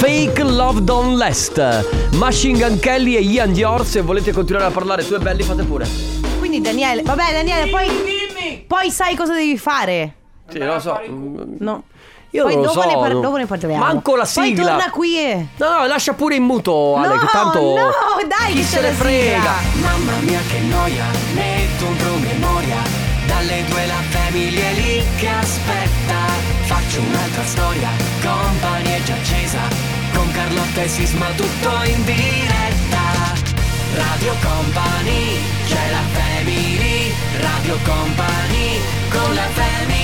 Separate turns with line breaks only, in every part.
Make Love Don't Last. Machine Gun Kelly e Ian Dior, se volete continuare a parlare, tu e belli, fate pure.
Quindi Daniele, vabbè Daniele, poi, poi sai cosa devi fare.
Sì, non lo so.
No.
Io
poi
non lo
dopo,
so.
ne par-
no.
dopo ne parliamo.
Manco la
Poi
sigla.
torna qui e...
No, no, lascia pure in muto, Ale,
no,
che tanto.
no, dai,
Chi
che
se
c'è
ne
la
frega?
sigla.
Mamma mia che noia, metto un promemoria Dalle due la famiglia è lì che aspetta Faccio un'altra storia, compagnia è già accesa Con Carlotta e Sisma tutto in diretta Radio Company, c'è la family Radio Company, con la family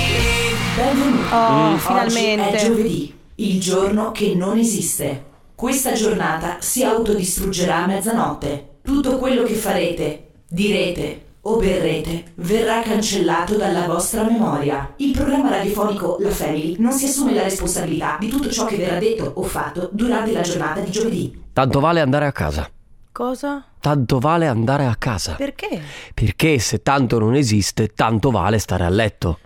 Benvenuti.
Oh,
Oggi è
finalmente.
giovedì, il giorno che non esiste. Questa giornata si autodistruggerà a mezzanotte. Tutto quello che farete, direte o berrete verrà cancellato dalla vostra memoria. Il programma radiofonico La Family non si assume la responsabilità di tutto ciò che verrà detto o fatto durante la giornata di giovedì.
Tanto vale andare a casa.
Cosa?
Tanto vale andare a casa.
Perché?
Perché se tanto non esiste, tanto vale stare a letto.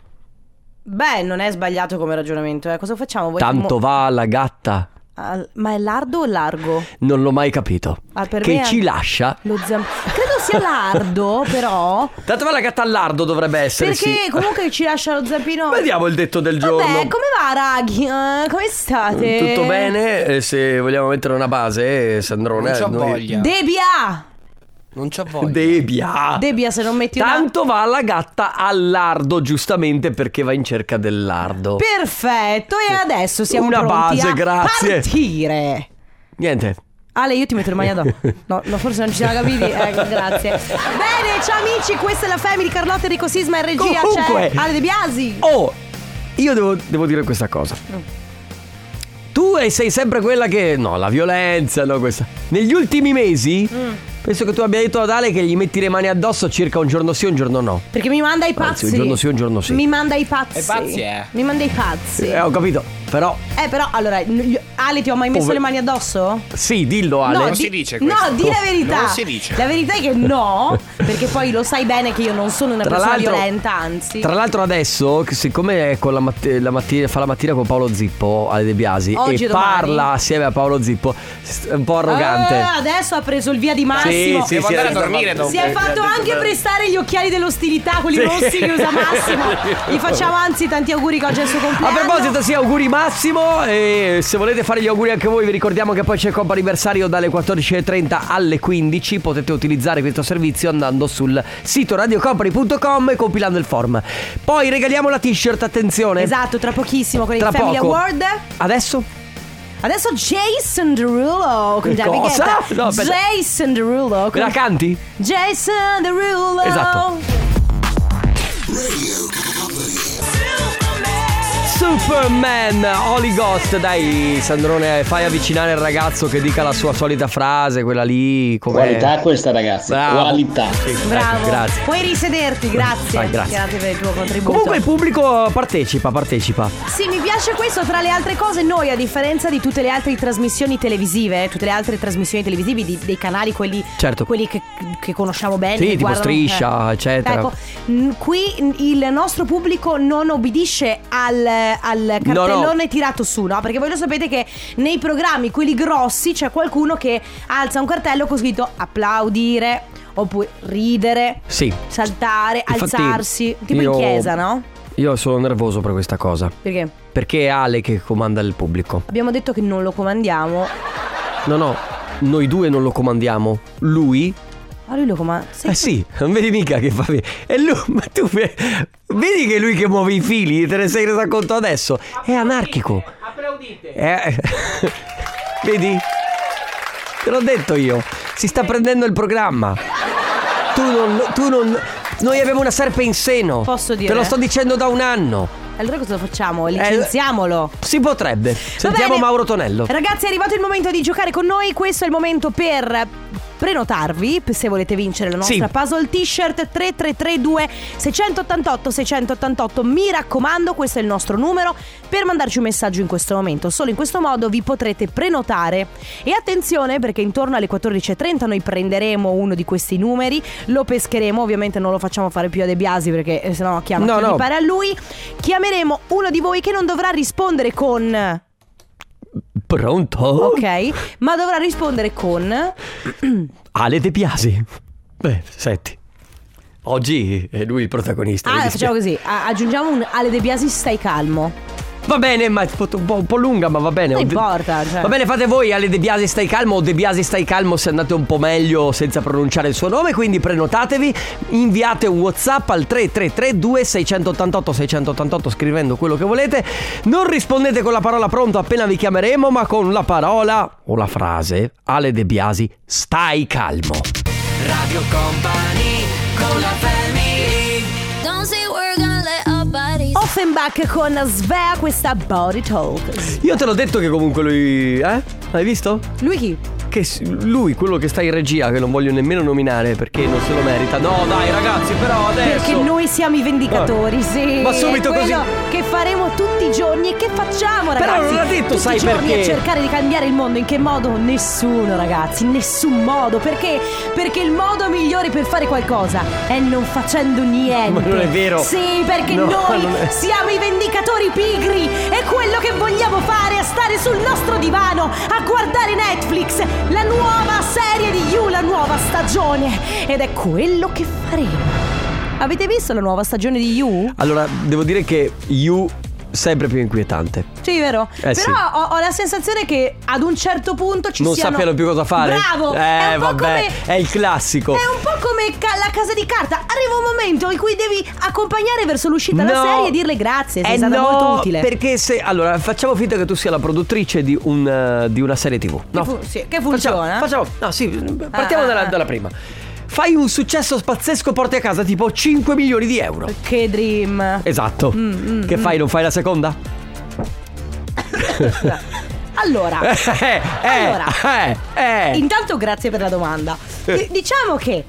Beh, non è sbagliato come ragionamento, eh. Cosa facciamo? Vuoi-
Tanto
mo-
va alla gatta.
Al- Ma è lardo o largo?
Non l'ho mai capito.
Ah, per
che
me è-
ci lascia.
Lo zam- Credo sia lardo, però.
Tanto va la gatta all'ardo dovrebbe essere.
Perché
sì.
comunque ci lascia lo zampino.
Vediamo il detto del giorno.
Vabbè, come va, raghi? Eh, come state?
Tutto bene? Eh, Se vogliamo mettere una base, eh, Sandrone.
Non c'ho
noi-
voglia.
Debia!
Non c'ho voglia.
Debia.
Debia, se non metti una.
Tanto va la gatta all'ardo, giustamente perché va in cerca del lardo.
Perfetto, e adesso siamo
Una
pronti
base,
a
grazie.
partire.
Niente.
Ale, io ti metto il maglia dopo. No, no, forse non ci siamo capiti. Eh, grazie. Bene, ciao amici, questa è la Family Carlotta Enrico Sisma in regia.
Comunque-
C'è Ale De Biasi.
Oh, io devo, devo dire questa cosa. Tu e- sei sempre quella che. No, la violenza, no, questa. Negli ultimi mesi, penso che tu abbia detto ad Ale che gli metti le mani addosso circa un giorno sì, un giorno no.
Perché mi manda i
Anzi,
pazzi.
un giorno sì, un giorno sì.
Mi manda i pazzi.
E pazzi, eh.
Mi manda i pazzi.
Eh,
Eh,
ho capito, però.
però, allora, n- gli- Ale, ti ho mai messo
Ove-
le mani addosso?
Sì, dillo, Ale.
Non si dice questo.
No, di la verità.
Non si dice.
La verità è che no, perché poi lo sai bene che io non sono una persona violenta, anzi.
tra l'altro adesso, che siccome è con la matt- la mattina- fa la mattina con Paolo Zippo, Ale De Biasi,
Oggi
e
e domani.
parla assieme a Paolo Zippo, s- è un po' arrogante.
Ah, adesso ha preso il via di Massimo.
Sì,
Devo
sì,
andare
sì,
a dormire
sì.
dopo.
Si è fatto anche prestare gli occhiali dell'ostilità, quelli
Sì.
rossi che usa Massimo. Gli facciamo anzi tanti auguri che oggi è il suo
A
compleanno.
proposito, sì, auguri Massimo. E se volete fare gli auguri anche voi, vi ricordiamo che poi c'è il compo anniversario dalle 14.30 alle 15. Potete utilizzare questo servizio andando sul sito radiocompany.com e compilando il form. Poi regaliamo la t-shirt, attenzione.
Esatto, tra pochissimo con il
Tra
Family
poco.
Award.
Adesso?
Adesso Jason Derulo con
Che
David
cosa?
Guetta.
No, aspetta.
Jason Derulo
Me
con
la canti?
Jason Derulo.
Esatto. Superman, Holy Ghost, dai Sandrone, fai avvicinare il ragazzo che dica la sua solita frase, quella lì. Come...
Qualità questa ragazzi,
Eh. Bravo.
qualità.
Sì, ecco,
Bravo.
grazie.
Puoi risederti, grazie.
Vai, grazie.
per il tuo contributo.
Comunque il pubblico partecipa, partecipa.
Sì, mi piace questo. Tra le altre cose, noi, a differenza di tutte le altre trasmissioni televisive, eh, tutte le altre trasmissioni televisive di- dei canali, quelli,
Certo.
quelli che, che conosciamo bene,
Sì,
che
tipo
guardano-
Striscia, eccetera.
Ecco, mh, qui mh, il nostro pubblico non obbedisce al, al
No, no.
cartellone tirato su, no? Perché voi lo sapete che nei programmi, quelli grossi, c'è qualcuno che alza un cartello con scritto applaudire oppure ridere,
Sì.
saltare,
Infatti,
alzarsi, tipo in
io-
chiesa, no?
Io sono nervoso per questa cosa.
Perché?
Perché è Ale che comanda il pubblico.
Abbiamo detto che non lo comandiamo.
No, no, noi due non lo comandiamo. Lui.
Ah, lui lo comanda. Sì.
Eh sì, non vedi mica che fa. E lui, ma tu ve- vedi che è lui che muove i fili, te ne sei resa conto adesso. È anarchico. Applaudite. vedi? Te l'ho detto io. Si sta prendendo il programma. Tu non. Tu non noi abbiamo una serpe in seno.
Posso dire?
Te lo sto dicendo da un anno.
Allora cosa facciamo? Licenziamolo.
Si potrebbe.
Va
Sentiamo
bene.
Mauro Tonello.
Ragazzi, è arrivato il momento di giocare con noi. Questo è il momento per prenotarvi se volete vincere la nostra
Sì.
puzzle t-shirt 3332 688 688 mi raccomando questo è il nostro numero per mandarci un messaggio in questo momento solo in questo modo vi potrete prenotare e attenzione perché intorno alle 14.30 noi prenderemo uno di questi numeri lo pescheremo ovviamente non lo facciamo fare più a De Biasi perché eh, sennò chiama
No,
chi
no.
gli pare a lui chiameremo uno di voi che non dovrà rispondere con
Pronto?
Ok, ma dovrà rispondere con
Ale De Biasi. Beh, senti. Oggi è lui il protagonista. mi
Ah,
dispiace.
facciamo così, a- aggiungiamo un Ale De Biasi stai calmo.
Va bene, ma è fatto un po', un po' lunga, ma va bene.
Non importa, cioè.
Va bene, fate voi alle De Biasi stai calmo o De Biasi stai calmo se andate un po' meglio senza pronunciare il suo nome, quindi prenotatevi, inviate un WhatsApp al 3332 688 688 scrivendo quello che volete. Non rispondete con la parola pronto appena vi chiameremo, ma con la parola o la frase Ale De Biasi stai calmo.
Radio Company con la family
Don't say we're gonna let our bodies.
Oh. Offenbach con Svea questa body talk.
Io te l'ho detto che comunque lui, eh? L'hai visto?
Lui chi?
Che s- lui, quello che sta in regia, che non voglio nemmeno nominare perché non se lo merita. No, dai, ragazzi, però adesso.
Perché noi siamo i vendicatori, sì.
Ma subito
È quello
così.
Che faremo tutti i giorni e che facciamo,
Però
ragazzi?
non l'ha detto,
tutti
sai
i giorni
perché?
a cercare di cambiare il mondo in che modo? Nessuno, ragazzi, nessun modo, perché perché il modo migliore per fare qualcosa è non facendo niente.
Ma non è vero.
Sì, perché
No,
noi
non è-
siamo i vendicatori pigri e quello che vogliamo fare è stare sul nostro divano a guardare Netflix, la nuova serie di You, la nuova stagione ed è quello che faremo. Avete visto la nuova stagione di You?
Allora, devo dire che You sempre più inquietante.
Sì, vero. Però
Eh, sì.
ho, ho la sensazione che ad un certo punto ci
Non
siano...
sappiano più cosa fare.
Bravo!
Eh,
è un po'
vabbè,
come-
è il classico.
È un po' come ca- la casa di carta. Arriva un momento in cui devi accompagnare verso l'uscita della
No.
serie e dirle grazie, sei
Eh
stata
no,
molto utile.
Perché se. Allora, facciamo finta che tu sia la produttrice di, un, eh, di una serie TV. No.
fu- sì, che funziona.
Facciamo, facciamo- no, sì, partiamo
Ah, ah,
dalla,
ah.
dalla prima. Fai un successo pazzesco, porti a casa tipo 5 milioni di euro.
Che dream.
Esatto.
Mm, mm,
che fai? Non fai la seconda?
Allora,
Eh,
Allora.
eh, eh.
intanto grazie per la domanda. Di- diciamo che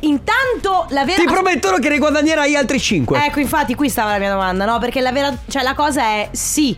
intanto la vera...
Ti promettono che ne guadagnerai altri 5.
Ecco, infatti, qui stava la mia domanda, no? Perché la vera. Cioè, la cosa è sì,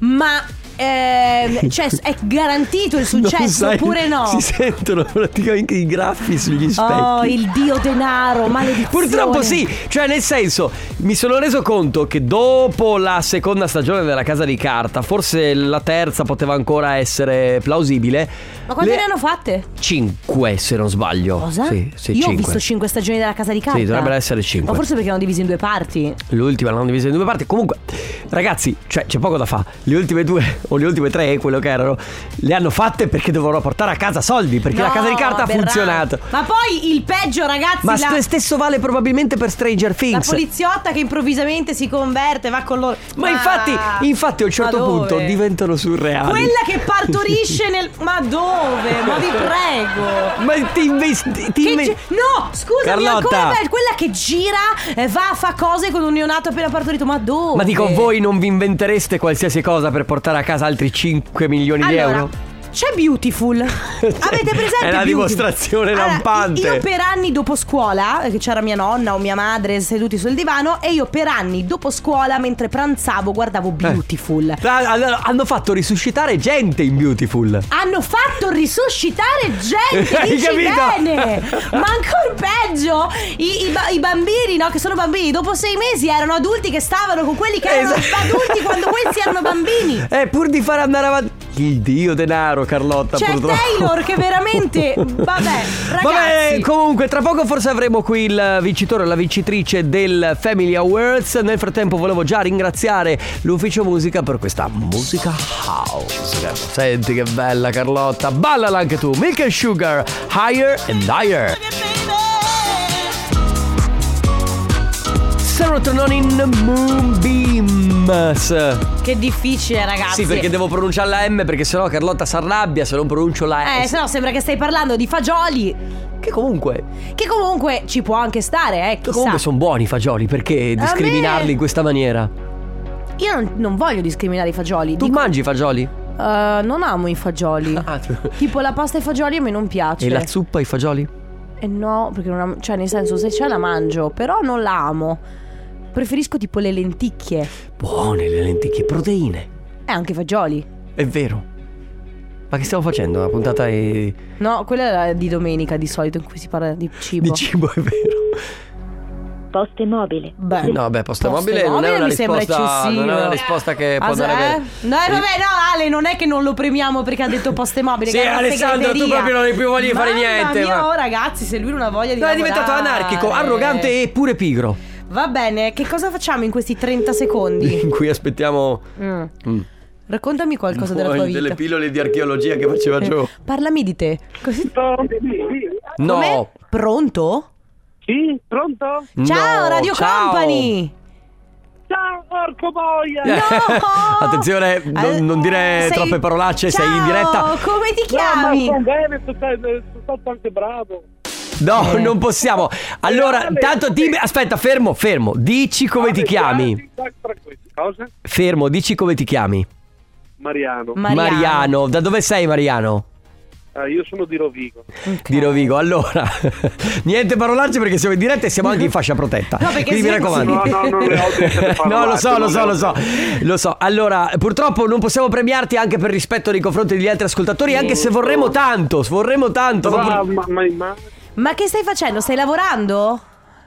ma. ehm, cioè, è garantito il successo cioè, oppure no?
Si sentono praticamente i graffi sugli specchi.
oh, il dio denaro, maledizione.
Purtroppo sì, cioè nel senso, mi sono reso conto che dopo la seconda stagione della Casa di Carta, forse la terza poteva ancora essere plausibile.
Ma quante
Le-
ne hanno fatte?
5 se non sbaglio.
Cosa?
Sì, sì,
Io ho
5.
visto 5 stagioni della casa di carta.
dovrebbero essere cinque.
Ma forse perché erano divisi in due parti.
L'ultima l'hanno divisa in due parti. Comunque, ragazzi, cioè, c'è poco da fare. Le ultime due o le ultime tre, quello che erano, le hanno fatte perché dovevano portare a casa soldi. Perché la
No,
casa di carta ha
Berrà.
funzionato.
Ma poi il peggio, ragazzi,
Ma
la,
st- stesso vale probabilmente per Stranger
la
Things.
poliziotta che improvvisamente si converte, va con loro.
Ma infatti, infatti a un
ma
certo
dove?
punto diventano surreali.
Quella che partorisce nel. Ma dove? Ma vi
Ecco.
prego.
Ma ti investi. Ti
Che
inve-
gi- no, scusami,
Carlotta.
ancora peggio. quella che gira, eh, va, fa cose con un neonato appena partorito. Ma dove?
Ma dico, voi non vi inventereste qualsiasi cosa per portare a casa altri 5 milioni
allora,
di euro?
C'è Beautiful. Avete presente?
È la
Beautiful?
dimostrazione
Allora,
lampante.
Io per anni dopo scuola, eh, che c'era mia nonna o mia madre seduti sul divano, e io per anni dopo scuola, mentre pranzavo, guardavo
Eh.
Beautiful.
Tra- allora, hanno fatto risuscitare gente in Beautiful.
Hanno fatto risuscitare gente,
Hai
dici
capito?
bene! Ma ancora peggio, i, i ba- i bambini, no, che sono bambini, dopo sei mesi erano adulti che stavano con quelli che erano
Esatto.
adulti quando questi erano bambini.
Eh, pur di far andare avanti. Il dio denaro, Carlotta.
C'è
purtroppo.
Cioè, Taylor che veramente, vabbè, ragazzi.
Vabbè, comunque, tra poco forse avremo qui il vincitore o la vincitrice del Family Awards. Nel frattempo volevo già ringraziare l'ufficio musica per questa musica house. Senti che bella Carlotta, ballala anche tu. Milk and Sugar, Higher and Higher. Serotonin Moonbeams.
Che difficile, ragazzi.
Sì, perché devo pronunciare la M perché sennò Carlotta si arrabbia se non pronuncio la
Eh,
S.
se no sembra che stai parlando di fagioli.
Che comunque
Che comunque ci può anche stare, eh. Chissà.
Comunque sono buoni i fagioli, perché discriminarli in questa maniera?
Io non, non voglio discriminare i fagioli.
Tu
Dico,
mangi i fagioli?
eh, non amo i fagioli.
Ah, tu-
Tipo la pasta ai fagioli a me non piace.
E la zuppa ai fagioli?
Eh no, perché non amo. Cioè, nel senso, se c'è la mangio, però non la amo. Preferisco tipo le lenticchie.
Buone le lenticchie, proteine.
E anche i fagioli.
È vero. Ma che stiamo facendo? Una puntata di,
No, quella è la di domenica di solito in cui si parla di cibo.
di cibo, è vero.
Poste mobile.
Beh,
No, beh, posta
Poste
mobile non è
mobile
una
mi sembra
risposta-
eccessivo.
non è una risposta che può
Ah,
dare
eh?
bene.
No, eh, vabbè, no, Ale, non è che non lo premiamo perché ha detto poste mobile.
Sì,
che è una
Alessandro, tu
segreteria.
proprio non hai più voglia di fare
Mamma
niente,
Mia,
ma-
oh, ragazzi, se lui non ha voglia di
No, è diventato
lavorare.
anarchico, arrogante e pure pigro.
Va bene, che cosa facciamo in questi 30 secondi?
In cui aspettiamo
Mm.
Mm.
Raccontami qualcosa della tua vita.
delle pillole di archeologia che faceva Gio.
Eh, Parlami di te. Così-
No.
Com'è? Pronto?
Sì, pronto?
Ciao
No,
Radio
ciao.
Company.
Ciao porco boia!
Eh,
No!
Attenzione, non, non dire
Sei-
troppe parolacce, sei in
Ciao,
diretta.
Come ti
No, ma
chiami?
sto bene, sto, sto eh, stato anche bravo.
No,
Eh.
non possiamo. Allora,
Ale,
tanto
sì.
dimmi, aspetta, fermo, fermo. Dici come
Ah,
ti chiami.
Tra queste cose,
Fermo, dici come ti chiami.
Mariano.
Mm.
Mariano, da dove sei Mariano?
Eh, io sono di Rovigo.
Ok.
Di Rovigo. Allora, niente parolacce perché siamo in diretta e siamo anche in fascia protetta.
No, perché
Quindi mi
sì,
raccomando.
No, no, non le ho dette
No, lo so,
parolacce,
lo so,
non
lo
le
so,
ho
lo so. Allora, purtroppo non possiamo premiarti anche per rispetto nei confronti degli altri ascoltatori, anche se vorremmo tanto, vorremmo tanto. ma pur-
Ma, ma, ma, ma-
Ma che stai facendo? Stai lavorando?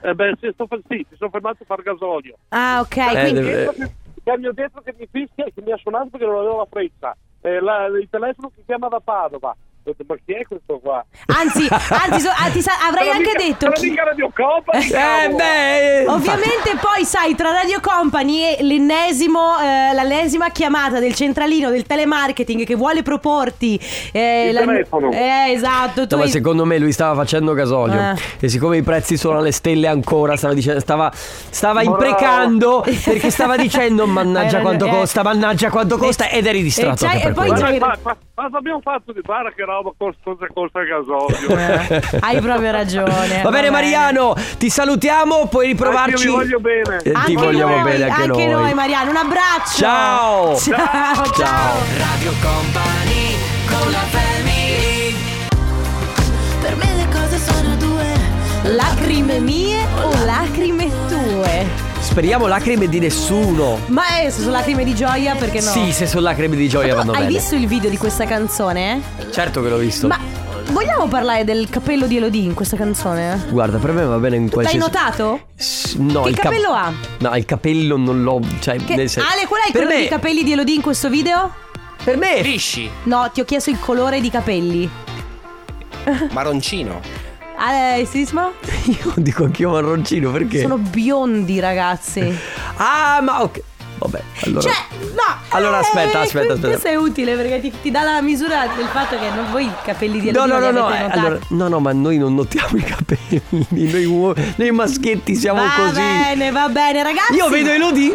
eh, beh, sì, sto, sì, mi sono fermato a far gasolio.
Ah, ok.
Eh,
quindi-
deve-
Che mi ho detto che mi fischia e che mi ha suonato perché non avevo la fretta. Eh, la- il telefono che chiama da Padova. Ho detto, ma chi è questo qua?
Anzi, anzi so- ah, ti sa- avrei
Sono
anche
mica-
detto.
sono
chi-
mica Radio Company,
Eh,
cavolo!
beh, infatti.
Ovviamente poi sai tra Radio Company e l'ennesimo, eh, l'ennesima chiamata del centralino del telemarketing che vuole proporti eh,
Il telefono.
Eh, esatto, tu
No, ma
hai-
secondo me lui stava facendo gasolio
Ah.
e siccome i prezzi sono alle stelle ancora, stava, dicendo, stava, stava
Bravo.
imprecando perché stava dicendo mannaggia
Hai
quanto
ragione, eh.
costa, mannaggia quanto costa ed eri distratto.
e c'hai-
anche per
e poi
quello.
Ma,
c'hai-
ma, ma, ma abbiamo fatto di bara che roba costosa costa il gasolio.
Eh, hai proprio ragione.
Va bene Mariano, ti salutiamo, puoi riprovarci.
Anch'io vi voglio bene.
Eh,
Anche
ti vogliamo
noi,
bene anche,
anche noi, Mariano, un abbraccio.
Ciao.
Ciao. ciao.
Radio Company con la family
Per me le cose sono due.
Lacrime mie o lacrime tue?
Speriamo lacrime di nessuno.
Ma eh, se sono lacrime di gioia perché no?
Sì, se sono lacrime di gioia
Tu
vanno
hai
bene.
visto il video di questa canzone?
Certo che l'ho visto.
Ma vogliamo parlare del capello di Elodie in questa canzone?
Guarda, per me va bene in
L'hai
qualsiasi
notato?
S- No,
Che
il
capello ha?
No, il capello non l'ho. Cioè,
Che...
nel senso-
Ale, qual è il
per
colore
me,
di capelli di Elodie in questo video?
Per me.
Lisci,
No, ti ho chiesto il colore di capelli.
marroncino.
Ale, Sisma?
Io dico anch'io marroncino perché.
Sono biondi, ragazzi.
Ah, ma ok. Vabbè, allora.
Cioè, no.
Allora,
eh,
aspetta, aspetta, aspetta.
Questo è utile perché ti, ti dà la misura del fatto che non, voi i capelli di
No, no, no,
Elodie non li
no,
avete
eh,
notati.
allora, no, no, ma noi non notiamo i capelli, noi, uo- noi maschietti siamo
va
così.
bene, va bene, ragazzi.
Io vedo Elodie,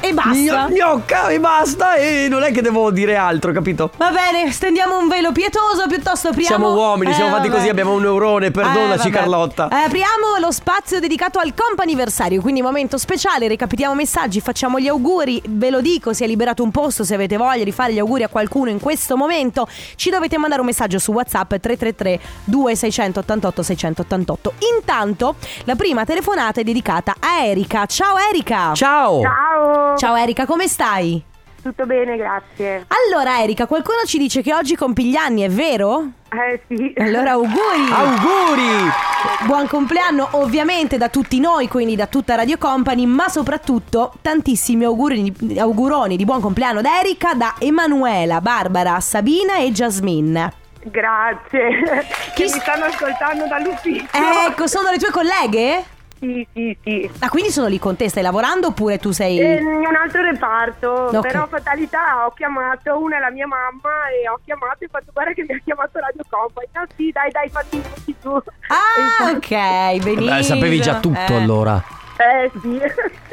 E basta.
gno- gnocca e basta, e non è che devo dire altro, capito?
Va bene, stendiamo un velo pietoso, piuttosto apriamo.
Siamo uomini, siamo fatti così, abbiamo un neurone, perdonaci,
eh, vabbè.
Carlotta.
Eh, apriamo lo spazio dedicato al comp'anniversario, quindi momento speciale, recapitiamo messaggi, facciamo gli auguri, ve lo dico, se è liberato un posto, se avete voglia di fare gli auguri a qualcuno in questo momento, ci dovete mandare un messaggio su WhatsApp 333 2688 688. Intanto, la prima telefonata è dedicata a Erika. Ciao Erika.
Ciao!
Ciao,
Ciao Erika, come stai?
tutto bene, grazie.
Allora Erika, qualcuno ci dice che oggi compi gli anni, è vero?
Eh sì,
Allora auguri!
Ah, Auguri!
Buon compleanno ovviamente da tutti noi, quindi da tutta Radio Company, ma soprattutto tantissimi auguri- auguroni di buon compleanno da Erika, da Emanuela, Barbara, Sabina e Jasmine.
grazie.
Chi
Che mi
s-
stanno ascoltando dall'ufficio.
Ecco, sono le tue colleghe?
Sì, sì, sì.
Ah, quindi sono lì con te, stai lavorando oppure tu sei...
È un altro reparto,
Ok.
però fatalità ho chiamato, una è la mia mamma e ho chiamato e ho fatto guarda che mi ha chiamato Radio Company. No, sì, dai, dai, fatti i conti tu.
Ah, ok, benissimo.
Beh, sapevi già tutto
Eh.
allora.
Eh sì.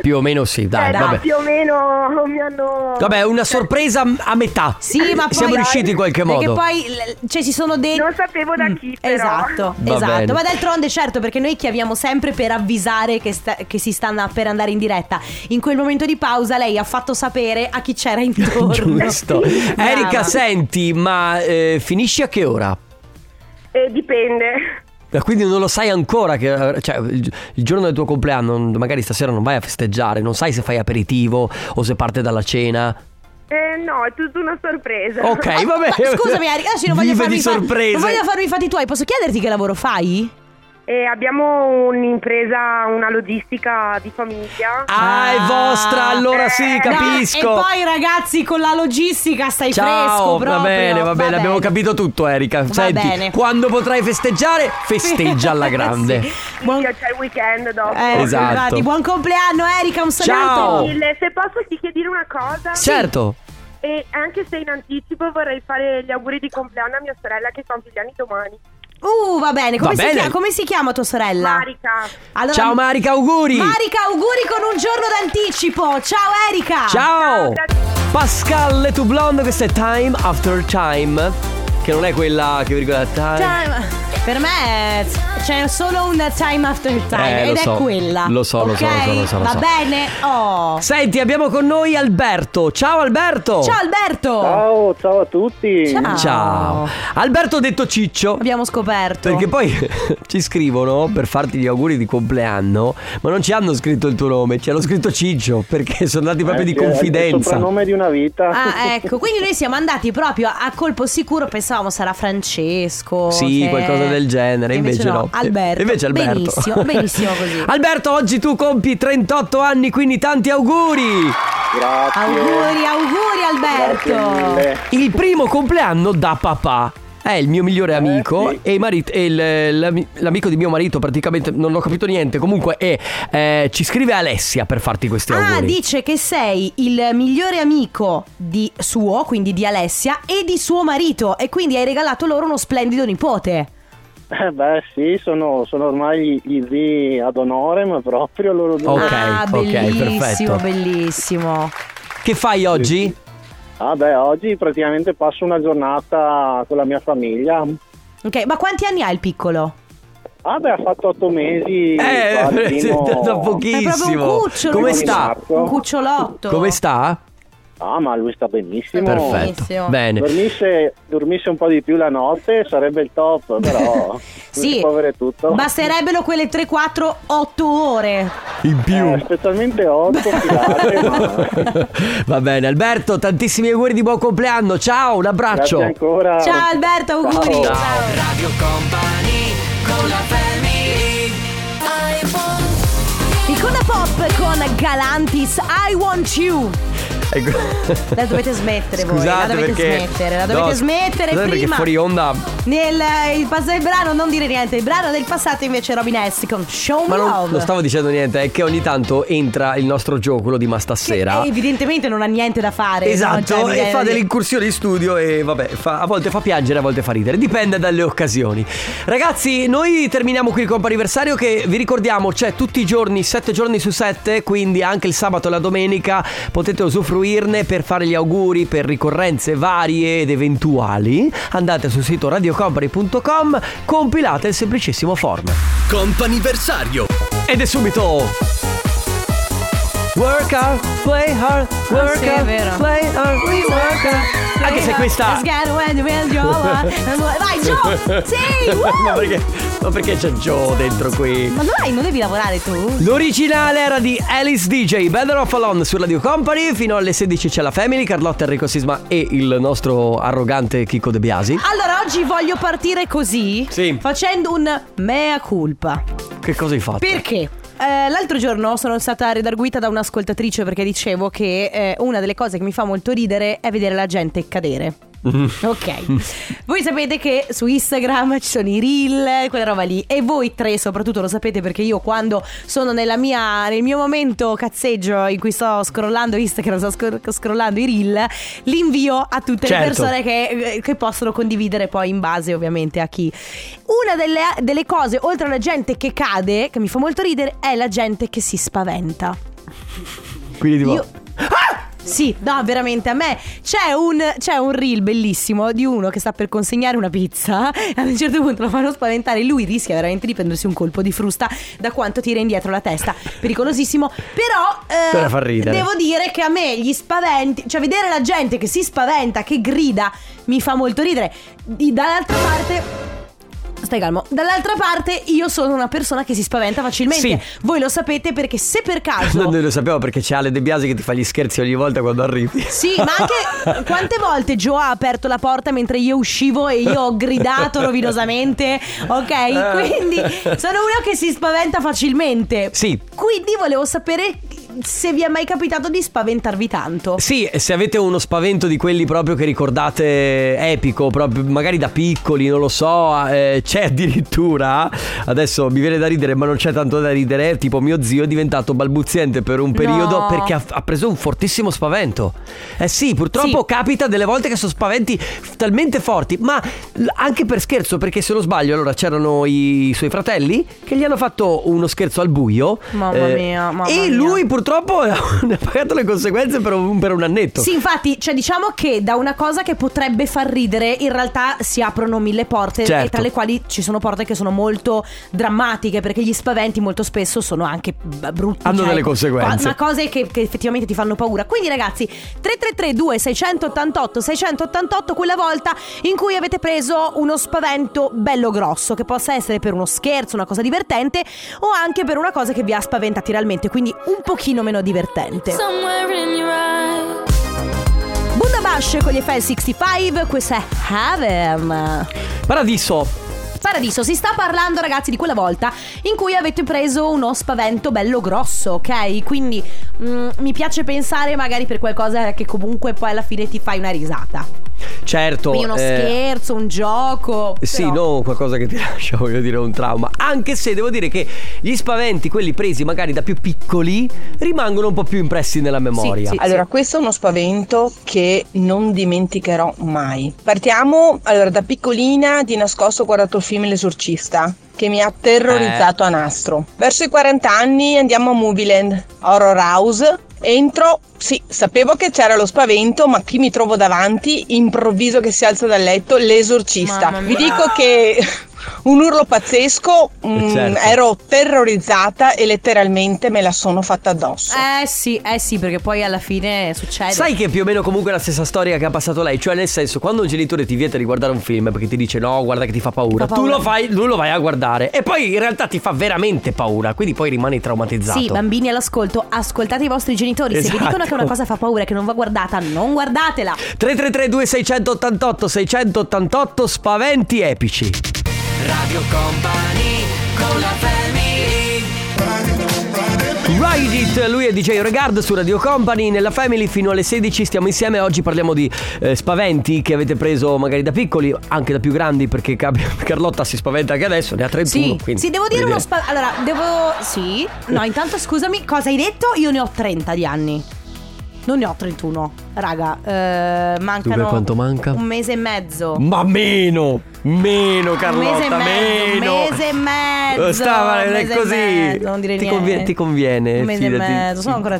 Più o meno sì, dai,
Eh, dai,
vabbè.
più o meno mi hanno...
Vabbè, una sorpresa a metà.
Sì, ma poi...
Eh, siamo riusciti in qualche modo.
Perché poi, l- cioè, ci sono dei...
Non sapevo da chi, però.
Esatto,
Va
esatto.
bene.
Ma d'altronde, certo, perché noi chiamiamo sempre per avvisare che, sta- che si stanno per andare in diretta. In quel momento di pausa, lei ha fatto sapere a chi c'era intorno.
Giusto.
Brava.
Erika, senti, ma eh, finisci a che ora?
Eh, dipende.
Ma Quindi non lo sai ancora che cioè, il gi- il giorno del tuo compleanno, non- magari stasera non vai a festeggiare, non sai se fai aperitivo o se parte dalla cena.
Eh, no, è tutta una sorpresa.
Ok,
Ma
va bene.
Scusami, Erika, adesso non
Eh,
voglio
Vive
farmi
di
fa-
sorprese.
non voglio farmi i fatti tuoi. Posso chiederti che lavoro fai?
E abbiamo un'impresa, una logistica di famiglia.
Ah, è vostra, allora sì,
Eh,
capisco.
No, e poi ragazzi con la logistica stai
Ciao,
fresco proprio.
va bene, va bene, abbiamo capito tutto Erika.
Va
Senti,
bene.
quando potrai festeggiare, festeggia alla grande.
Sì.
Buon...
Buon...
C'è il weekend dopo.
Eh,
Esatto.
infatti, buon compleanno Erika, un
Ciao.
saluto.
Mille. Se posso ti chiedere una cosa.
Certo.
E anche se in anticipo vorrei fare gli auguri di compleanno a mia sorella che compie gli anni domani.
Uh, va bene, come,
Va
Si,
bene.
chiama, come si chiama tua sorella?
Marica.
Allora-
Ciao Marica, auguri.
Marica, auguri con un giorno d'anticipo. Ciao Erika.
Ciao.
Ciao,
Pascal Le Tu Blonde, questa è Time After Time, che non è quella che vi ricorda Time.
Time- Per me eh, c'è solo un time after time
Eh, lo
ed
so.
è quella.
Lo so, lo so,
Ok?
lo so, lo so, lo
Va
so.
bene. Oh.
Senti, abbiamo con noi Alberto. Ciao Alberto.
Ciao Alberto.
Ciao, ciao a tutti.
Ciao.
Ciao. Alberto detto Ciccio.
Abbiamo scoperto.
Perché poi ci scrivono per farti gli auguri di compleanno, ma non ci hanno scritto il tuo nome, ci hanno scritto Ciccio perché sono andati proprio di
Eh, sì, è Il
confidenza.
soprannome di una vita. Eh,
Ah, ecco, quindi noi siamo andati proprio a, a colpo sicuro, pensavamo sarà Francesco.
Sì,
che-
qualcosa del genere, invece, no.
Alberto.
Invece Alberto.
Benissimo, benissimo così.
Alberto, oggi tu compi 38 anni, quindi tanti auguri.
Grazie.
auguri, auguri
Grazie
Alberto.
mille.
Il primo compleanno da papà. È il mio migliore amico
Eh, sì.
e il marit- e il- l'ami- l'amico di mio marito praticamente non ho capito niente. Comunque è, eh, ci scrive Alessia per farti questi
Ah,
auguri.
dice che sei il migliore amico di suo, quindi di Alessia, e di suo marito. E quindi hai regalato loro uno splendido nipote.
ecco.
Eh, beh, sì, sono, sono ormai i zii ad onore, ma proprio loro due.
Ok,
ah,
ok,
bellissimo,
perfetto.
bellissimo.
Che fai oggi?
Ah, beh, oggi praticamente passo una giornata con la mia famiglia.
Ok, ma quanti anni ha il piccolo?
Ah, beh, ha fatto otto mesi.
Eh,
qua,
da
primo-
da
È proprio
pochissimo.
un cucciolo.
Come
primo
sta?
marzo.
Un cucciolotto.
Come sta?
Ah, ma lui sta benissimo.
Perfetto. Bene.
Dormisse, dormisse un po' di più la notte sarebbe il top, però
Sì.
si può avere tutto.
Basterebbero quelle 3, 4, 8 ore.
In più.
Eh, specialmente 8 filate, ma
Va bene, Alberto, tantissimi auguri di buon compleanno. Ciao, un abbraccio.
grazie ancora.
Ciao Alberto, auguri.
Ciao.
Radio Company con la family
Icona pop con Galantis, I want you.
Ecco.
La dovete smettere voi, la
Scusate
dovete
perché...
smettere, la dovete
No,
smettere
scusate perché
prima.
fuori onda...
Nel il passato del brano non dire niente, il brano del passato invece è Robin S con Show
Ma
Me
non,
Love.
non stavo dicendo niente, è che ogni tanto entra il nostro gioco, quello di ma
Che
stasera.
evidentemente non ha niente da fare.
Esatto,
no? Cioè, mi
e
viene
fa
da dire-
delle incursioni in studio e vabbè, fa- a volte fa piangere, a volte fa ridere, dipende dalle occasioni. Ragazzi, noi terminiamo qui il comp'anniversario che vi ricordiamo c'è tutti i giorni, 7 giorni su 7, quindi anche il sabato e la domenica potete usufruirne per fare gli auguri, per ricorrenze varie ed eventuali. Andate sul sito radiocompany.com, compilate il semplicissimo form.
Comp'anniversario
Ed è subito... Work hard, play hard, work
sì, è
hard,
vero.
play hard, work hard. Anche se questa
Let's get when we'll go on. Vai Joe! Sì! wow!
ma, perché, ma perché c'è Joe dentro qui?
Ma dai, non devi lavorare tu?
L'originale era di Alice DJ, Better Off Alone su Radio Company, fino alle 16 c'è la Family, Carlotta Enrico Sisma e il nostro arrogante Chico De Biasi.
Allora, oggi voglio partire così
Sì.
facendo un mea culpa.
Che cosa hai fatto?
Perché? Eh, l'altro giorno sono stata redarguita da un'ascoltatrice perché dicevo che eh, una delle cose che mi fa molto ridere è vedere la gente cadere. Ok, voi sapete che su Instagram ci sono i reel, quella roba lì, e voi tre soprattutto lo sapete perché io quando sono nella mia, nel mio momento cazzeggio in cui sto scrollando Instagram, sto scro- scrollando i reel, li invio a tutte
Certo.
le persone che, che possono condividere poi in base ovviamente a chi. Una delle, delle cose, oltre alla gente che cade, che mi fa molto ridere, è la gente che si spaventa.
Quindi tipo...
Io- Ah! Sì, no, veramente a me c'è un, c'è un reel bellissimo di uno che sta per consegnare una pizza. e Ad un certo punto lo fanno spaventare. Lui rischia veramente di prendersi un colpo di frusta da quanto tira indietro la testa. Pericolosissimo. Però. eh,
Però fa ridere.
Devo dire che a me gli spaventi. Cioè, vedere la gente che si spaventa, che grida, mi fa molto ridere. Di- Dall'altra parte. Stai calmo. Dall'altra parte, io sono una persona che si spaventa facilmente.
Sì.
Voi lo sapete perché se per caso.
No, noi lo sappiamo perché c'è Ale De Biasi che ti fa gli scherzi ogni volta quando arrivi.
Sì, ma anche quante volte Joe ha aperto la porta mentre io uscivo e io ho gridato rovinosamente, ok? Quindi sono uno che si spaventa facilmente.
Sì.
Quindi volevo sapere se vi è mai capitato di spaventarvi tanto.
Sì, e se avete uno spavento di quelli proprio che ricordate epico, proprio magari da piccoli, non lo so, eh, c'è addirittura, adesso mi viene da ridere ma non c'è tanto da ridere, tipo mio zio è diventato balbuziente per un periodo
No.
perché ha, ha preso un fortissimo spavento. Eh sì, purtroppo
Sì.
capita delle volte che sono spaventi f- talmente forti, ma l- anche per scherzo, perché se non sbaglio allora c'erano i suoi fratelli che gli hanno fatto uno scherzo al buio. eh,
Mamma mia, mamma
E
mia.
lui purtroppo ne ha pagato le conseguenze per un, per un annetto.
Sì, infatti, cioè diciamo che da una cosa che potrebbe far ridere, in realtà si aprono mille porte,
Certo.
e tra le quali ci sono porte che sono molto drammatiche, perché gli spaventi molto spesso sono anche b- brutti.
Hanno
cioè,
delle conseguenze.
Ma cose che, che effettivamente ti fanno paura. Quindi, ragazzi, 333 688 688 quella volta in cui avete preso uno spavento bello grosso, che possa essere per uno scherzo, una cosa divertente, o anche per una cosa che vi ha spaventati realmente, quindi un pochino meno divertente.
Somewhere in your eyes.
Bunda Bash con gli FL65, questa è Haven.
Paradiso.
Paradiso, si sta parlando ragazzi di quella volta in cui avete preso uno spavento bello grosso, ok? Quindi mm, mi piace pensare magari per qualcosa che comunque poi alla fine ti fai una risata.
Certo.
Quindi uno
eh,
scherzo, un gioco.
Sì,
però-
no, qualcosa che ti lascia, voglio dire, un trauma. Anche se devo dire che gli spaventi, quelli presi magari da più piccoli, rimangono un po' più impressi nella memoria.
sì.
Allora, questo è uno spavento che non dimenticherò mai. Partiamo, allora, da piccolina di nascosto ho guardato il film L'esorcista, che mi ha terrorizzato a nastro. Verso i 40 anni andiamo a Movieland, Horror House. Entro, sì, sapevo che c'era lo spavento, ma chi mi trovo davanti, improvviso che si alza dal letto, l'esorcista.
Mamma
Vi
mia.
dico che un urlo pazzesco, mm,
Certo.
ero terrorizzata e letteralmente me la sono fatta addosso.
Eh sì, eh sì, perché poi alla fine succede.
Sai che è più o meno comunque la stessa storia che ha passato lei, cioè nel senso quando un genitore ti vieta di guardare un film perché ti dice no guarda che ti fa paura,
Fa
Tu,
paura.
lo fai, tu lo vai a guardare e poi in realtà ti fa veramente paura, quindi poi rimani traumatizzato.
Sì, bambini all'ascolto, ascoltate i vostri genitori. Se vi
Esatto.
dicono che una cosa fa paura, che non va guardata, non guardatela.
333 688 688 spaventi epici.
Radio Company con la family
Ride It, lui è DJ Regard su Radio Company, nella Family fino alle 16 stiamo insieme, oggi parliamo di eh, spaventi che avete preso magari da piccoli, anche da più grandi perché Cap- Carlotta si spaventa anche adesso, ne ha 31
Sì,
quindi, eh.
sì, devo dire
voglio
uno spavento. Allora, devo. Sì. No, intanto scusami, cosa hai detto? Io ne ho 30 di anni. Non ne ho 31. Raga, eh, mancano.
per quanto manca?
Un mese e mezzo.
Ma meno, meno Carlotta,
un mese e mezzo,
meno.
un mese e mezzo.
Stava
un
è
mese e
così.
mezzo, non dire
ti,
niente.
Conviene, ti conviene,
Un mese
fidati.
e mezzo, sono ancora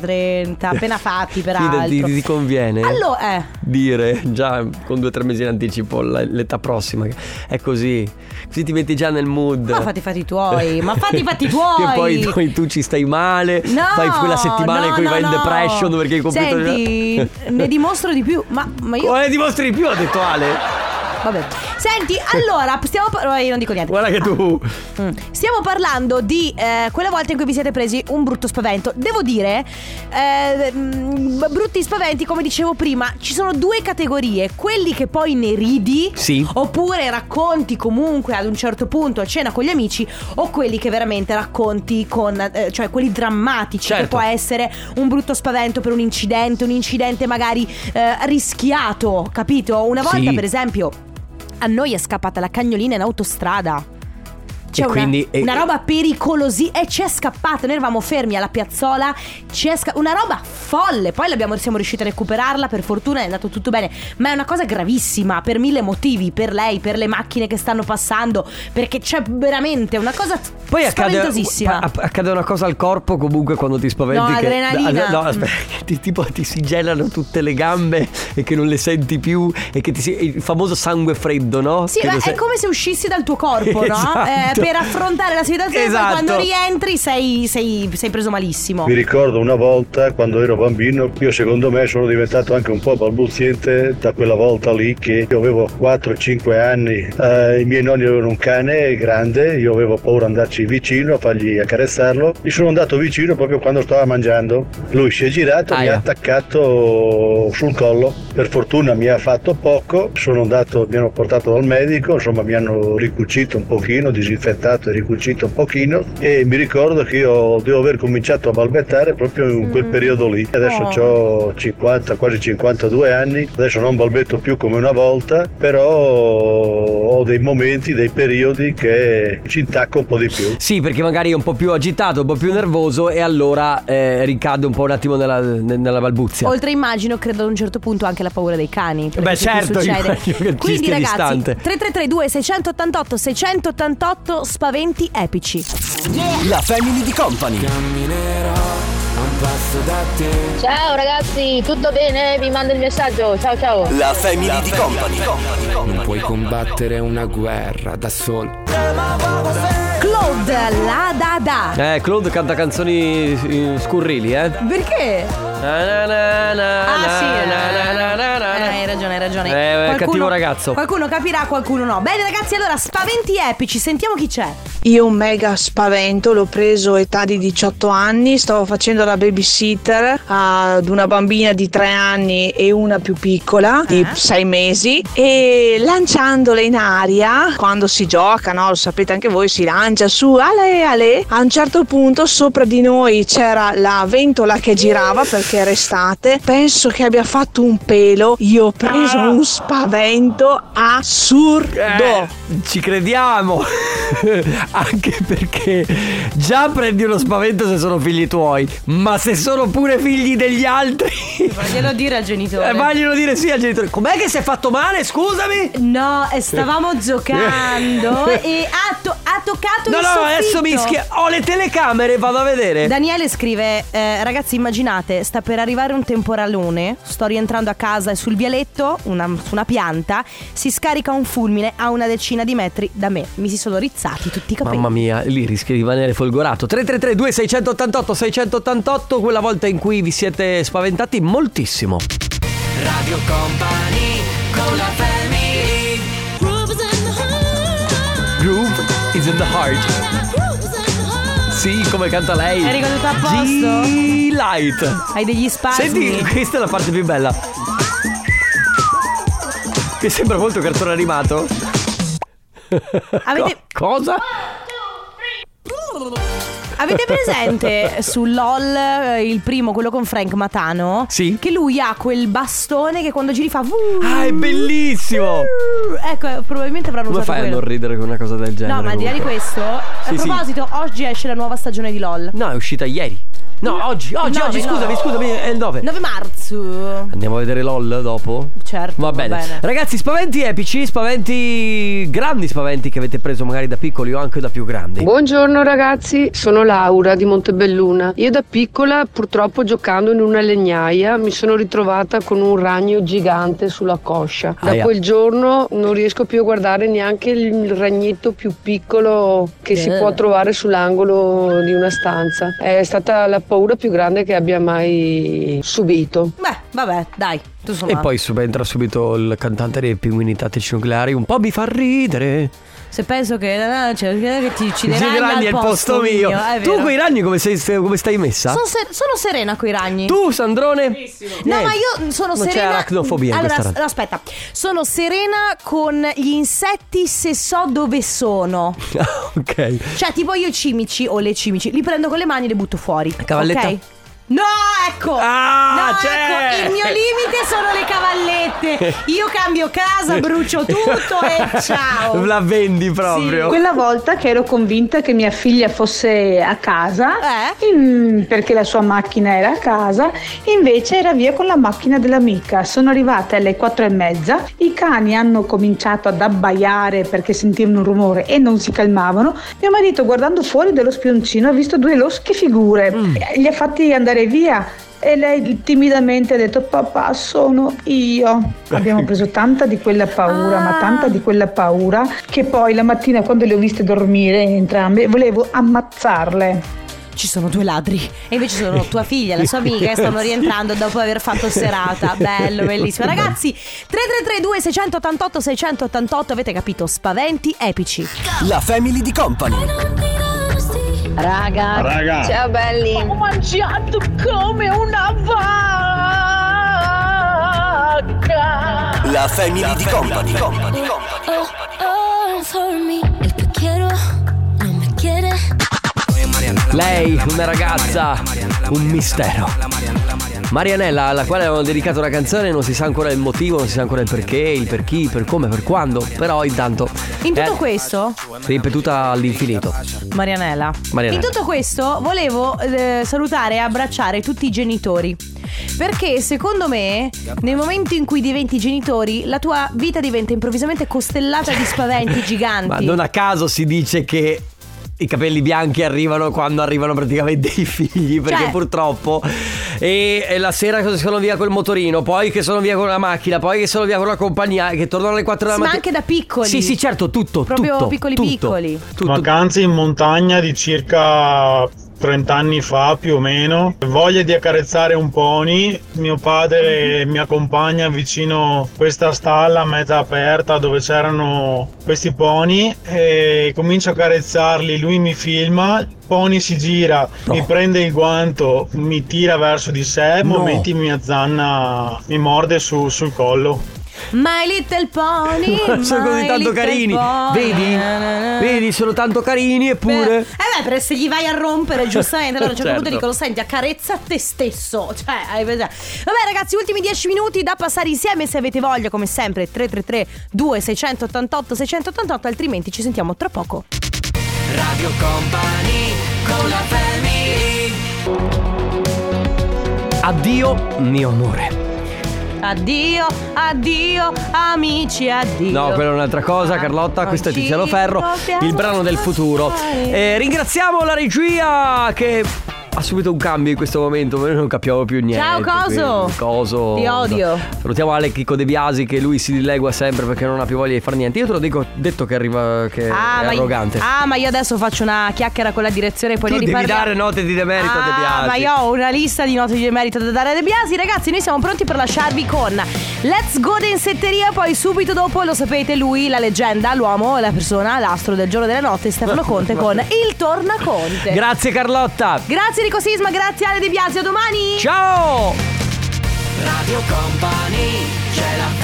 30, appena fatti peraltro.
Fidati, ti conviene.
Allora, eh.
dire già con due o tre mesi in anticipo la- l'età prossima. È così. Così ti metti già nel mood.
Ma fatti i fatti tuoi, ma fatti i fatti tuoi.
Che poi, poi tu ci stai male.
No,
fai quella settimana
no,
in cui
no,
vai in
no.
depression perché il computer.
Senti, ne dimostro di più. Ma, ma io.
Oh, ne dimostri di più, ha detto Ale.
Vabbè. Senti, allora, stiamo. par- eh, non dico niente.
Guarda che tu.
Mm. Stiamo parlando di eh, quella volta in cui vi siete presi un brutto spavento. Devo dire, eh, mm, brutti spaventi, come dicevo prima, ci sono due categorie: quelli che poi ne ridi,
Sì.
oppure racconti comunque ad un certo punto a cena con gli amici, o quelli che veramente racconti con, eh, cioè quelli drammatici, che
Certo.
può essere un brutto spavento per un incidente, un incidente magari eh, rischiato, capito? Una volta,
Sì.
per esempio, a noi è scappata la cagnolina in autostrada. C'è
E
una,
quindi- e-
una roba pericolosi e ci è scappata. Noi eravamo fermi alla piazzola, ci è sca- una roba folle. Poi l'abbiamo, siamo riusciti a recuperarla, per fortuna è andato tutto bene. Ma è una cosa gravissima per mille motivi: per lei, per le macchine che stanno passando, perché c'è veramente una cosa
Poi accade,
spaventosissima.
a- accade una cosa al corpo comunque quando ti spaventi.
No,
che,
adrenalina. Mm.
No, aspetta, che ti, tipo ti si gelano tutte le gambe e che non le senti più e che ti si, il famoso sangue freddo, no?
Sì,
Che
ma ecco
lo
è
sai-
come se uscissi dal tuo corpo, no?
Esatto.
Eh, per affrontare la situazione poi
Esatto.
quando rientri sei, sei- sei preso malissimo.
Mi ricordo una volta quando ero bambino, io secondo me sono diventato anche un po' balbuziente da quella volta lì che io avevo 4-5 anni, eh, i miei nonni avevano un cane grande, io avevo paura di andarci vicino a fargli accarezzarlo, gli sono andato vicino proprio quando stava mangiando, lui si è girato e mi ha
Aia.
attaccato sul collo, per fortuna mi ha fatto poco, sono andato, mi hanno portato dal medico, insomma mi hanno ricucito un pochino, disinfettato e ricucito un pochino e mi ricordo che io devo aver cominciato a balbettare proprio in
Mm.
quel periodo lì, adesso
Oh.
ho 50, quasi 52 anni, adesso non balbetto più come una volta, però ho dei momenti, dei periodi che ci intacco un po' di più.
Sì, perché magari è un po' più agitato, un po' più nervoso e allora eh, ricade un po' un attimo nella, ne- nella balbuzia.
Oltre immagino, credo ad un certo punto anche la paura dei cani. perché
Beh,
se ti
certo,
succede.
immagino che ci
Quindi
stia
ragazzi,
distante.
3332 688 688 spaventi epici.
La family di company.
Ciao ragazzi, tutto bene? Vi mando il messaggio. Ciao ciao.
La family di company.
Non puoi combattere una guerra da solo.
Claude la da da.
Eh, Claude canta canzoni eh, scurrili, eh?
Perché?
Na, na, na, na,
Ah,
na,
sì. eh.
na, na, na, na, na.
Eh, hai ragione, hai ragione.
Eh, è cattivo ragazzo.
Qualcuno capirà, qualcuno no. Bene, ragazzi, allora spaventi epici, sentiamo chi c'è.
Io un mega spavento, l'ho preso età di 18 anni, stavo facendo la babysitter ad una bambina di 3 anni e una più piccola di 6 mesi e lanciandole in aria, quando si gioca, no, lo sapete anche voi, si lancia su, ale ale, a un certo punto sopra di noi c'era la ventola che girava perché era estate, penso che abbia fatto un pelo, io ho preso un spavento assurdo.
Eh, ci crediamo anche perché già prendi uno spavento se sono figli tuoi ma se sono pure figli degli altri
Voglielo dire al genitore.
eh, vaglielo dire sì al genitore com'è che si è fatto male scusami
no eh, stavamo giocando e ha, to- ha toccato
no
il
no
soffitto.
adesso mi schia- ho le telecamere vado a vedere
Daniele scrive, eh, ragazzi immaginate, sta per arrivare un temporalone, sto rientrando a casa e sul vialetto, una- su una pianta, si scarica un fulmine a una decina di metri da me. Mi si sono rizzati tutti i capelli.
Mamma mia, lì rischi di rimanere folgorato. 3332 688 688 quella volta in cui vi siete spaventati moltissimo.
Radio Company con la family
Groove is in the heart. Sì, come canta lei.
Eri caduta a posto? Ah,
Light.
Hai degli spasmi.
Senti, questa è la parte più bella. Che sembra molto cartone animato.
Avete-
Co- cosa?
Avete presente su LOL eh, il primo, quello con Frank Matano? Sì. Che lui ha quel bastone che quando giri fa.
Ah, è bellissimo!
Ecco, eh, probabilmente avranno
Come
usato
fai a
quello.
non ridere con una cosa del genere?
No, ma al di là di
comunque?
questo, a
Sì, sì.
proposito, oggi esce la nuova stagione di LOL.
No, è uscita ieri. No, oggi, oggi,
Nove,
oggi,
no.
scusami, scusami, è il 9.
9 marzo.
Andiamo a vedere LOL dopo?
Certo.
Va bene. Ragazzi, spaventi epici, spaventi grandi, spaventi che avete preso magari da piccoli o anche da più grandi.
Buongiorno ragazzi, sono Laura di Montebelluna. Io da piccola, purtroppo giocando in una legnaia, mi sono ritrovata con un ragno gigante sulla coscia. Da
Aia.
quel giorno non riesco più a guardare neanche il ragnetto più piccolo che si
Eh.
può trovare sull'angolo di una stanza. È stata la paura più grande che abbia mai subito.
Beh, vabbè, dai, tu sono.
E poi subentra subito il cantante dei pinguini tattici nucleari. Un po' mi fa ridere.
Se penso che. eh, Cioè, che ti uccideranno.
Uccideranno
al
al posto mio.
è
tu
vero.
coi ragni come, sei- come stai messa?
Sono, ser- sono serena coi ragni.
Tu, Sandrone? Benissimo.
No,
Eh,
ma io sono
non c'è
serena.
aracnofobia in
allora,
questa
s-
radio.
aspetta. Sono serena con gli insetti se so dove sono.
ok.
Cioè, tipo io i cimici o le cimici, li prendo con le mani e li butto fuori.
Cavalletta?
ok? No, ecco!
Ah,
no,
c'è!
ecco! Il mio limite sono le cavallette. Io cambio casa, brucio tutto e ciao.
La vendi proprio.
Quella volta che ero convinta che mia figlia fosse a casa, in- perché la sua macchina era a casa, invece era via con la macchina dell'amica. Sono arrivate alle quattro e mezza, i cani hanno cominciato ad abbaiare perché sentivano un rumore e non si calmavano. Mio marito guardando fuori dello spioncino ha visto due losche figure, E li ha fatti andare via. e lei timidamente ha detto papà sono io. Abbiamo preso tanta di quella paura, ma tanta di quella paura che poi la mattina quando le ho viste dormire entrambe volevo ammazzarle.
Ci sono due ladri. E invece sono tua figlia e la sua amica che stanno rientrando dopo aver fatto serata. Bello, bellissimo. Ragazzi, 3332 688 688 avete capito? Spaventi epici.
La family di company.
Ah,
Raga,
Raga.
ciao belli. Ho mangiato come una vacca.
La family di company.
Oh, oh, for me. El que quiero no me quiere.
Lei, una ragazza, un mistero. Marianella, alla quale avevamo dedicato una canzone, non si sa ancora il motivo, non si sa ancora il perché, il per chi, per come, per quando, però intanto
In tutto
è
questo,
ripetuta all'infinito.
Marianella.
Marianella.
In tutto questo volevo eh, salutare e abbracciare tutti i genitori. Perché secondo me, nel momento in cui diventi genitori, la tua vita diventa improvvisamente costellata di spaventi giganti.
Ma non a caso si dice che i capelli bianchi arrivano quando arrivano praticamente i figli, perché
Cioè-
purtroppo. E, e la sera che sono via col motorino, poi che sono via con la macchina, poi che sono via con la compagnia, che tornano alle 4 della
Sì, ma
mattina.
anche da piccoli.
Sì, sì, certo, tutto.
Proprio
tutto,
piccoli
tutto.
piccoli.
Vacanze in montagna di circa 30 anni fa più o meno. Voglia di accarezzare un pony. Mio padre mi accompagna vicino questa stalla mezza aperta dove c'erano questi pony e comincio a carezzarli. Lui mi filma. Il pony si gira, mi prende il guanto, mi tira verso di sé.
No.
Momenti mia zanna mi morde su- sul collo.
My Little Pony.
Ma sono
my
così tanto
little
carini.
pony.
Vedi?
Na, na, na.
Vedi, sono tanto carini
Per-
eppure.
Eh beh, per se gli vai a rompere, giustamente. Allora a un certo, punto
Certo.
dicono: senti, accarezza te stesso. Cioè, hai vedere. Vabbè, ragazzi, ultimi 10 minuti da passare insieme. Se avete voglia, come sempre, 333 2688 688, altrimenti ci sentiamo tra poco.
Radio Company con la family
Addio, mio amore.
Addio, addio, amici, addio.
No, quella è un'altra cosa, Carlotta. Questo è
ci
Tiziano Ferro,
dobbiamo
il brano del futuro.
lasciare.
Eh, ringraziamo la regia che ha subito un cambio in questo momento, ma noi non capiamo più niente.
Ciao, Coso.
quindi, Coso.
Ti odio.
Salutiamo Ale Chicco De Biasi che lui si dilegua sempre perché non ha più voglia di fare niente. Io te l'ho dico- detto che arriva che è
ma
arrogante.
ah, ma io adesso faccio una chiacchiera con la direzione e poi
tu
ne
devi
riparliamo.
dare note di demerito a De
Ah,
Biasi.
ma io ho una lista di note di merito da dare a De Biasi. Ragazzi, noi siamo pronti per lasciarvi con Let's Go Densetteria. Poi subito dopo, lo sapete, lui, la leggenda, l'uomo, la persona, l'astro del giorno e della notte, Stefano Conte con Il Tornaconte.
Grazie Carlotta.
grazie Rico Sisma, grazie Ale De Biasi, a domani.
Ciao!
Radio Company c'è la